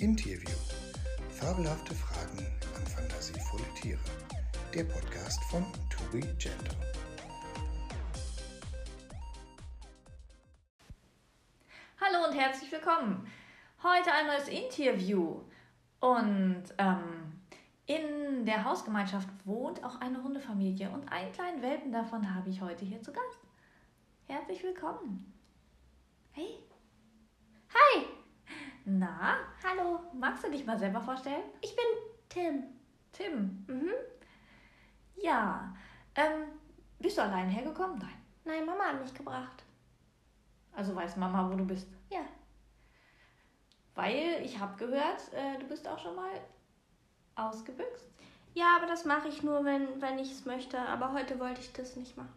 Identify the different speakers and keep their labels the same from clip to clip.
Speaker 1: Interview. Fabelhafte Fragen an fantasievolle Tiere. Der Podcast von Tobi Gento.
Speaker 2: Hallo und herzlich willkommen. Heute ein neues Interview. Und ähm, in der Hausgemeinschaft wohnt auch eine Hundefamilie und einen kleinen Welpen davon habe ich heute hier zu Gast. Herzlich willkommen. Hey.
Speaker 3: Hi,
Speaker 2: Na, hallo. Magst du dich mal selber vorstellen?
Speaker 3: ich bin Tim.
Speaker 2: Tim.
Speaker 3: Mhm.
Speaker 2: Ja. Ähm, bist du allein hergekommen? Nein.
Speaker 3: Nein, Mama hat mich gebracht.
Speaker 2: Also weiß Mama, wo du bist.
Speaker 3: Ja.
Speaker 2: Weil ich habe gehört, äh, du bist auch schon mal ausgebüxt.
Speaker 3: Ja, aber das mache ich nur, wenn, wenn ich es möchte. Aber heute wollte ich das nicht machen.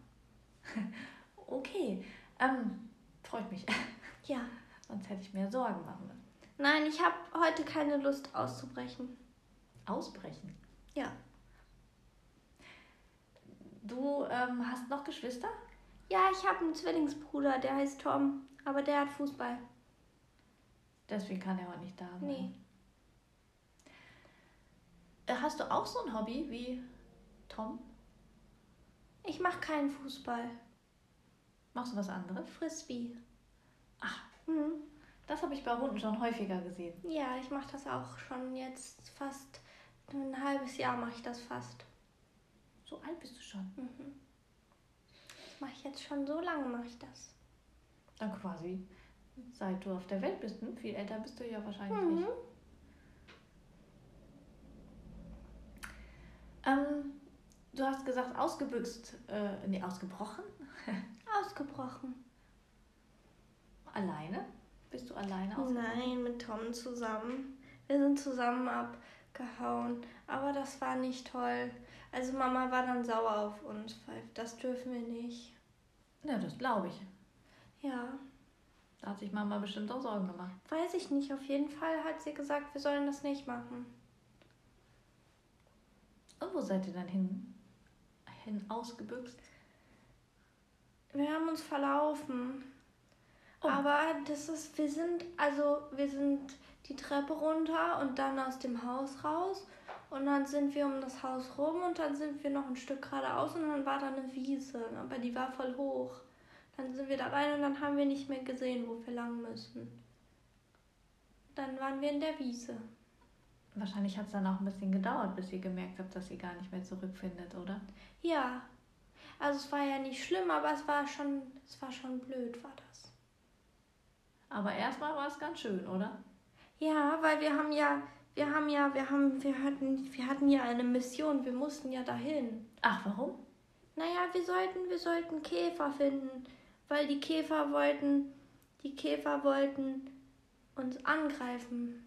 Speaker 2: Okay. Ähm, freut mich.
Speaker 3: Ja.
Speaker 2: Sonst hätte ich mir Sorgen machen müssen.
Speaker 3: Nein, ich habe heute keine Lust auszubrechen.
Speaker 2: Ausbrechen.
Speaker 3: Ja.
Speaker 2: Du ähm, hast noch Geschwister?
Speaker 3: Ja, ich habe einen Zwillingsbruder, der heißt Tom. Aber der hat Fußball.
Speaker 2: Deswegen kann er heute nicht da sein.
Speaker 3: Nee.
Speaker 2: Äh, Hast du auch so ein Hobby wie Tom?
Speaker 3: Ich mache keinen Fußball.
Speaker 2: Machst du was anderes?
Speaker 3: Frisbee.
Speaker 2: Ach.
Speaker 3: Mhm.
Speaker 2: Das habe ich bei Hunden schon häufiger gesehen.
Speaker 3: Ja, ich mache das auch schon jetzt fast ein halbes Jahr mache ich das fast.
Speaker 2: So alt bist du schon.
Speaker 3: Mhm. Mache ich jetzt schon so lange mache ich das.
Speaker 2: Dann quasi, seit du auf der Welt bist. Hm? Viel älter bist du ja wahrscheinlich
Speaker 3: Mhm.
Speaker 2: nicht. Ähm, du hast gesagt, ausgebüxt, äh, nee, ausgebrochen.
Speaker 3: Ausgebrochen.
Speaker 2: Alleine? Bist du alleine ausgebrochen?
Speaker 3: Nein, mit Tom zusammen. Wir sind zusammen abgehauen. Aber das war nicht toll. Also Mama war dann sauer auf uns, weil das dürfen wir nicht.
Speaker 2: Na, das glaube ich.
Speaker 3: Ja,
Speaker 2: Da hat sich Mama bestimmt auch Sorgen gemacht.
Speaker 3: weiß ich nicht. Auf jeden Fall hat sie gesagt, wir sollen das nicht machen.
Speaker 2: Und wo seid ihr dann hin? Hin ausgebüxt?
Speaker 3: Wir haben uns verlaufen.
Speaker 2: Oh.
Speaker 3: Aber das ist, wir sind, also wir sind die Treppe runter und dann aus dem Haus raus. Und dann sind wir um das Haus rum und dann sind wir noch ein Stück geradeaus und dann war da eine Wiese, aber die war voll hoch. Dann sind wir da rein und dann haben wir nicht mehr gesehen, wo wir lang müssen. Dann waren wir in der Wiese.
Speaker 2: Wahrscheinlich hat es dann auch ein bisschen gedauert, bis ihr gemerkt habt, dass ihr gar nicht mehr zurückfindet, oder?
Speaker 3: Ja. Also es war ja nicht schlimm, aber es war schon, es war schon blöd, war das.
Speaker 2: Aber erstmal war es ganz schön, oder?
Speaker 3: Ja, weil wir haben ja, wir haben ja, wir haben, wir hatten, wir hatten ja eine Mission, wir mussten ja dahin.
Speaker 2: Ach, warum?
Speaker 3: Naja, wir sollten, wir sollten Käfer finden, weil die Käfer wollten, die Käfer wollten uns angreifen.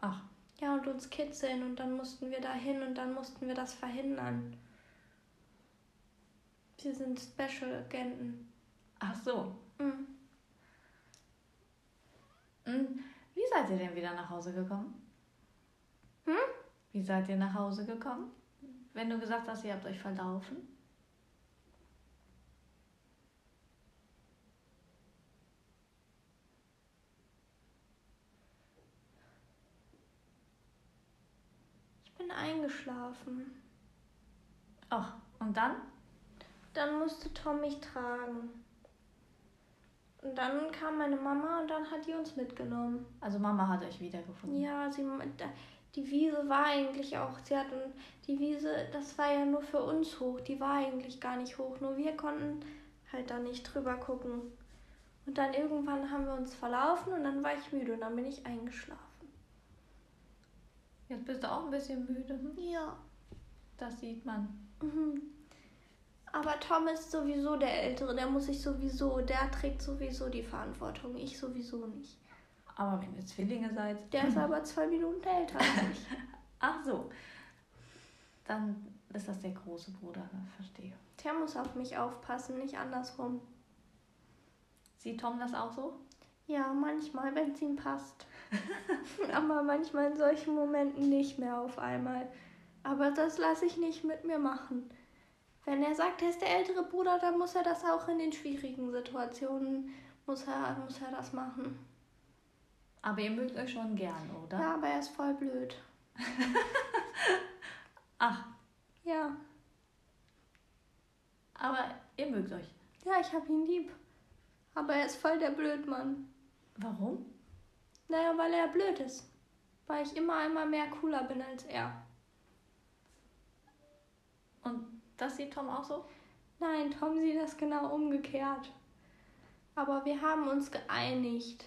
Speaker 2: Ach,
Speaker 3: Ja, und uns kitzeln und dann mussten wir dahin und dann mussten wir das verhindern. Wir sind Special Agenten.
Speaker 2: ach so.
Speaker 3: Mhm.
Speaker 2: Hm. Wie seid ihr denn wieder nach Hause gekommen?
Speaker 3: Hm?
Speaker 2: Wie seid ihr nach Hause gekommen? Wenn du gesagt hast, ihr habt euch verlaufen?
Speaker 3: Ich bin eingeschlafen.
Speaker 2: Ach, und dann?
Speaker 3: Dann musste Tom mich tragen. Und dann kam meine Mama und dann hat die uns mitgenommen.
Speaker 2: Also Mama hat euch wiedergefunden.
Speaker 3: Ja, sie, da- die Wiese war eigentlich auch, sie hat und die Wiese, das war ja nur für uns hoch, die war eigentlich gar nicht hoch, nur wir konnten halt da nicht drüber gucken. Und dann irgendwann haben wir uns verlaufen und dann war ich müde und dann bin ich eingeschlafen.
Speaker 2: Jetzt bist du auch ein bisschen müde. Hm?
Speaker 3: Ja.
Speaker 2: Das sieht man.
Speaker 3: Mhm. Aber Tom ist sowieso der Ältere, der muss sich sowieso, der trägt sowieso die Verantwortung, ich sowieso nicht.
Speaker 2: Aber wenn ihr Zwillinge seid.
Speaker 3: Der ist aber zwei Minuten älter als ich.
Speaker 2: Ach so. Dann ist das der große Bruder, ne? verstehe.
Speaker 3: Der muss auf mich aufpassen, nicht andersrum.
Speaker 2: Sieht Tom das auch so?
Speaker 3: Ja, manchmal, wenn es ihm passt. aber manchmal in solchen Momenten nicht mehr auf einmal. Aber das lasse ich nicht mit mir machen. Wenn er sagt, er ist der ältere Bruder, dann muss er das auch in den schwierigen Situationen, muss er, muss er das machen.
Speaker 2: Aber ihr mögt euch schon gern, oder?
Speaker 3: Ja, aber er ist voll blöd.
Speaker 2: Ach,
Speaker 3: Ja.
Speaker 2: aber ihr mögt euch.
Speaker 3: Ja, ich hab ihn lieb. Aber er ist voll der Blödmann.
Speaker 2: Warum?
Speaker 3: Naja, weil er blöd ist. Weil ich immer einmal mehr cooler bin als er.
Speaker 2: Und das sieht Tom auch so?
Speaker 3: Nein, Tom sieht das genau umgekehrt. Aber wir haben uns geeinigt.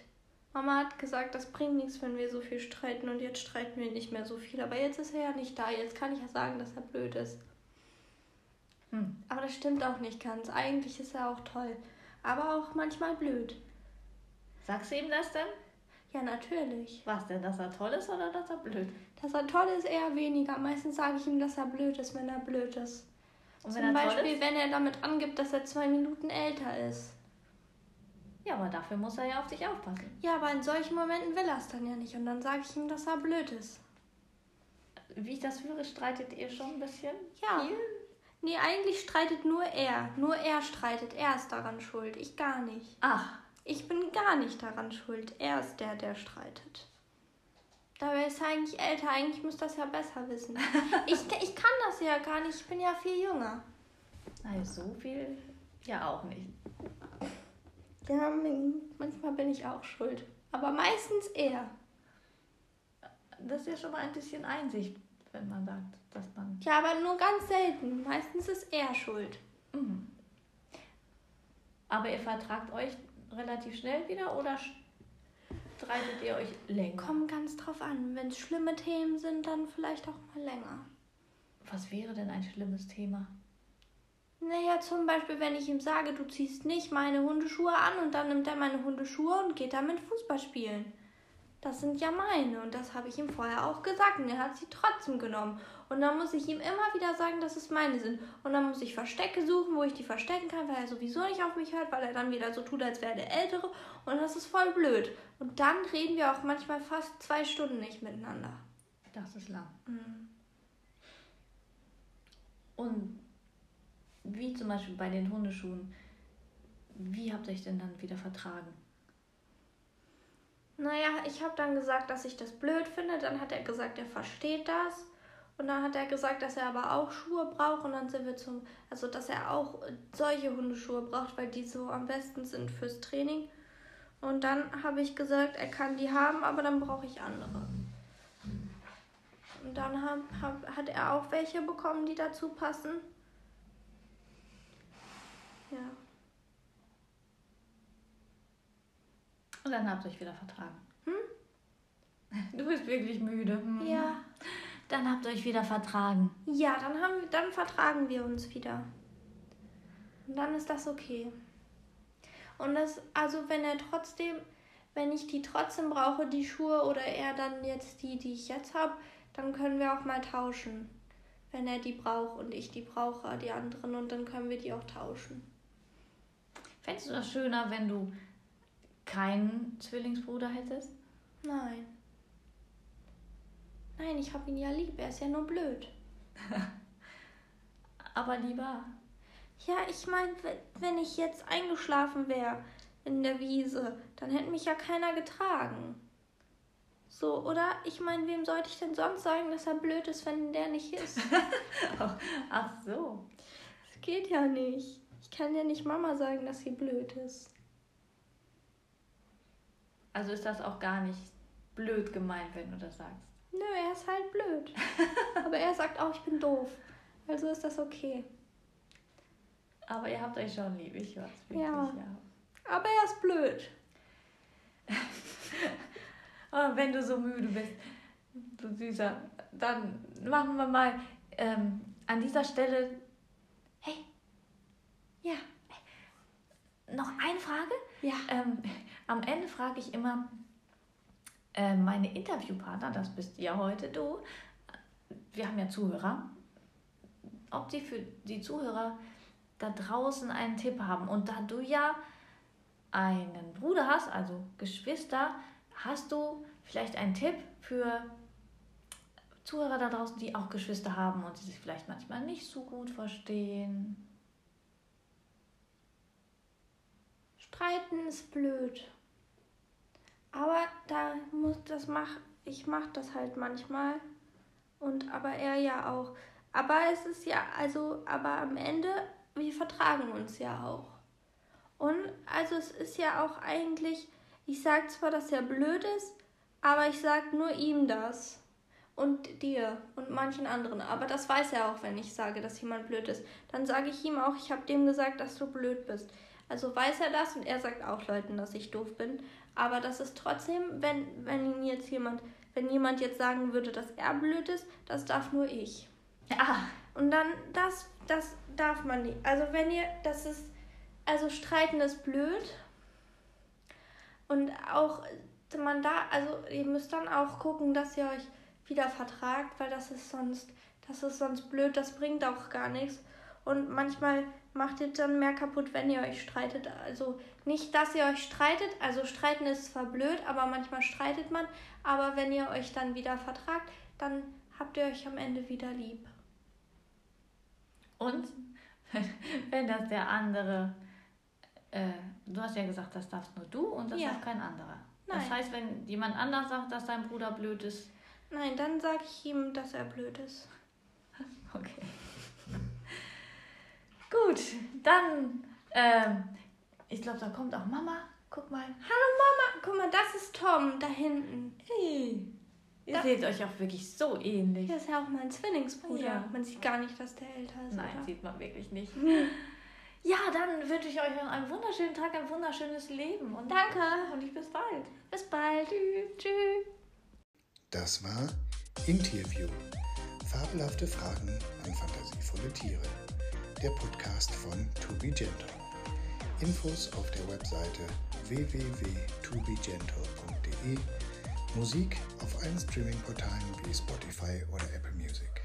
Speaker 3: Mama hat gesagt, das bringt nichts, wenn wir so viel streiten und jetzt streiten wir nicht mehr so viel. Aber jetzt ist er ja nicht da. Jetzt kann ich ja sagen, dass er blöd ist.
Speaker 2: Hm.
Speaker 3: Aber das stimmt auch nicht ganz. Eigentlich ist er auch toll. Aber auch manchmal blöd.
Speaker 2: Sagst du ihm das denn?
Speaker 3: Ja, natürlich.
Speaker 2: Was denn, dass er toll ist oder dass er blöd?
Speaker 3: Dass er toll ist, eher weniger. Meistens sage ich ihm, dass er blöd ist, wenn er blöd ist.
Speaker 2: Und
Speaker 3: Zum Beispiel,
Speaker 2: ist?
Speaker 3: wenn er damit angibt, dass er zwei Minuten älter ist.
Speaker 2: Ja, aber dafür muss er ja auf dich aufpassen.
Speaker 3: Ja, aber in solchen Momenten will er es dann ja nicht. Und dann sage ich ihm, dass er blöd ist.
Speaker 2: Wie ich das führe, streitet ihr schon ein bisschen?
Speaker 3: Ja.
Speaker 2: Viel?
Speaker 3: Nee, eigentlich streitet nur er. Nur er streitet. Er ist daran schuld. Ich gar nicht.
Speaker 2: Ach,
Speaker 3: Ich bin gar nicht daran schuld. Er ist der, der streitet. Dabei ist er eigentlich älter. Eigentlich müsste das ja besser wissen. ich, ich kann das ja gar nicht. Ich bin ja viel jünger.
Speaker 2: naja, so viel ja auch nicht.
Speaker 3: Ja, manchmal bin ich auch schuld. Aber meistens er.
Speaker 2: Das ist ja schon mal ein bisschen Einsicht, wenn man sagt, dass man.
Speaker 3: Ja, aber nur ganz selten. Meistens ist er schuld.
Speaker 2: Mhm. Aber ihr vertragt euch relativ schnell wieder oder streitet ihr euch länger?
Speaker 3: Kommt ganz drauf an. Wenn es schlimme Themen sind, dann vielleicht auch mal länger.
Speaker 2: Was wäre denn ein schlimmes Thema?
Speaker 3: Naja, zum Beispiel, wenn ich ihm sage, du ziehst nicht meine Hundeschuhe an und dann nimmt er meine Hundeschuhe und geht damit Fußball spielen. Das sind ja meine und das habe ich ihm vorher auch gesagt und er hat sie trotzdem genommen. Und dann muss ich ihm immer wieder sagen, dass es meine sind. Und dann muss ich Verstecke suchen, wo ich die verstecken kann, weil er sowieso nicht auf mich hört, weil er dann wieder so tut, als wäre der Ältere. Und das ist voll blöd. Und dann reden wir auch manchmal fast zwei Stunden nicht miteinander.
Speaker 2: Das ist lang.
Speaker 3: Mhm.
Speaker 2: Und wie zum Beispiel bei den Hundeschuhen, wie habt ihr euch denn dann wieder vertragen?
Speaker 3: Naja, ich habe dann gesagt, dass ich das blöd finde. Dann hat er gesagt, er versteht das. Und dann hat er gesagt, dass er aber auch Schuhe braucht. Und dann sind wir zum. Also, dass er auch äh, solche Hundeschuhe braucht, weil die so am besten sind fürs Training. Und dann habe ich gesagt, er kann die haben, aber dann brauche ich andere. Und dann hab, hab, hat er auch welche bekommen, die dazu passen. Ja.
Speaker 2: Und dann habt ihr euch wieder vertragen. Hm? Du bist wirklich müde. Hm.
Speaker 3: Ja.
Speaker 2: Dann habt ihr euch wieder vertragen.
Speaker 3: Ja, dann, haben, wir- dann vertragen wir uns wieder. Und dann ist das okay. Und das, also wenn er trotzdem, wenn ich die trotzdem brauche, die Schuhe oder er dann jetzt die, die ich jetzt habe, dann können wir auch mal tauschen. Wenn er die braucht und ich die brauche, die anderen, und dann können wir die auch tauschen.
Speaker 2: Fändest du das schöner, wenn du keinen Zwillingsbruder hättest?
Speaker 3: Nein. Nein, ich habe ihn ja lieb, er ist ja nur blöd.
Speaker 2: Aber lieber.
Speaker 3: Ja, ich meine, wenn ich jetzt eingeschlafen wäre in der Wiese, dann hätte mich ja keiner getragen. So, oder? Ich meine, wem sollte ich denn sonst sagen, dass er blöd ist, wenn der nicht ist?
Speaker 2: Ach so.
Speaker 3: Das geht ja nicht. Ich kann ja nicht Mama sagen, dass sie blöd ist.
Speaker 2: Also ist das auch gar nicht blöd gemeint, wenn du das sagst.
Speaker 3: Nö, er ist halt blöd. Aber er sagt auch, ich bin doof. Also ist das okay.
Speaker 2: Aber ihr habt euch schon lieb, ich weiß wirklich,
Speaker 3: Ja.
Speaker 2: ja.
Speaker 3: Aber er ist blöd.
Speaker 2: Oh, wenn du so müde bist, du Süßer, dann machen wir mal ähm, an dieser Stelle. Hey,
Speaker 3: Ja.
Speaker 2: noch eine Frage.
Speaker 3: Ja.
Speaker 2: Ähm, am Ende frage ich immer äh, meine Interviewpartner, das bist ja heute du, wir haben ja Zuhörer, ob die für die Zuhörer da draußen einen Tipp haben. Und da du ja einen Bruder hast, also Geschwister, hast du vielleicht einen Tipp für Zuhörer da draußen, die auch Geschwister haben und die sich vielleicht manchmal nicht so gut verstehen?
Speaker 3: Streiten ist blöd. Aber da muss das mach ich mach das halt manchmal und aber er ja auch. Aber es ist ja also aber am Ende wir vertragen uns ja auch. Und also es ist ja auch eigentlich ich sag zwar, dass er blöd ist, aber ich sag nur ihm das und dir und manchen anderen. Aber das weiß er auch, wenn ich sage, dass jemand blöd ist. Dann sage ich ihm auch, ich habe dem gesagt, dass du blöd bist. Also weiß er das und er sagt auch Leuten, dass ich doof bin. Aber das ist trotzdem, wenn, wenn ihn jetzt jemand, wenn jemand jetzt sagen würde, dass er blöd ist, das darf nur ich.
Speaker 2: Ah,
Speaker 3: Und dann, das, das darf man nicht. Also wenn ihr, das ist, also streiten ist blöd. Und auch, äh, man da, also ihr müsst dann auch gucken, dass ihr euch wieder vertragt, weil das ist sonst, das ist sonst blöd, das bringt auch gar nichts. Und manchmal macht ihr dann mehr kaputt, wenn ihr euch streitet. Also nicht, dass ihr euch streitet, also streiten ist zwar blöd, aber manchmal streitet man, aber wenn ihr euch dann wieder vertragt, dann habt ihr euch am Ende wieder lieb.
Speaker 2: und wenn das der andere, äh, du hast ja gesagt, das darfst nur du und das
Speaker 3: Ja.
Speaker 2: darf kein anderer. Das
Speaker 3: Nein.
Speaker 2: heißt, wenn jemand anders sagt, dass dein Bruder blöd ist,
Speaker 3: Nein, dann sage ich ihm, dass er blöd ist.
Speaker 2: Okay. Gut, dann, ähm, ich glaube, da kommt auch Mama. Guck mal.
Speaker 3: Hallo Mama, guck mal, das ist Tom da hinten.
Speaker 2: Hey. Ihr
Speaker 3: Da-
Speaker 2: seht euch auch wirklich so ähnlich.
Speaker 3: Das ist ja auch mein Zwillingsbruder.
Speaker 2: Ja.
Speaker 3: Man sieht gar nicht, dass der älter ist.
Speaker 2: Nein,
Speaker 3: oder?
Speaker 2: sieht man wirklich nicht. Ja, dann wünsche ich euch noch einen wunderschönen Tag, ein wunderschönes Leben. Und
Speaker 3: Danke.
Speaker 2: Und ich bis bald.
Speaker 3: Bis bald. Tschüss. Tschüss.
Speaker 1: Das war Interview. Fabelhafte Fragen an fantasievolle Tiere. Der Podcast von To Be Gentle. Infos auf der Webseite www.tobegentle.de. Musik auf allen Streamingportalen wie Spotify oder Apple Music.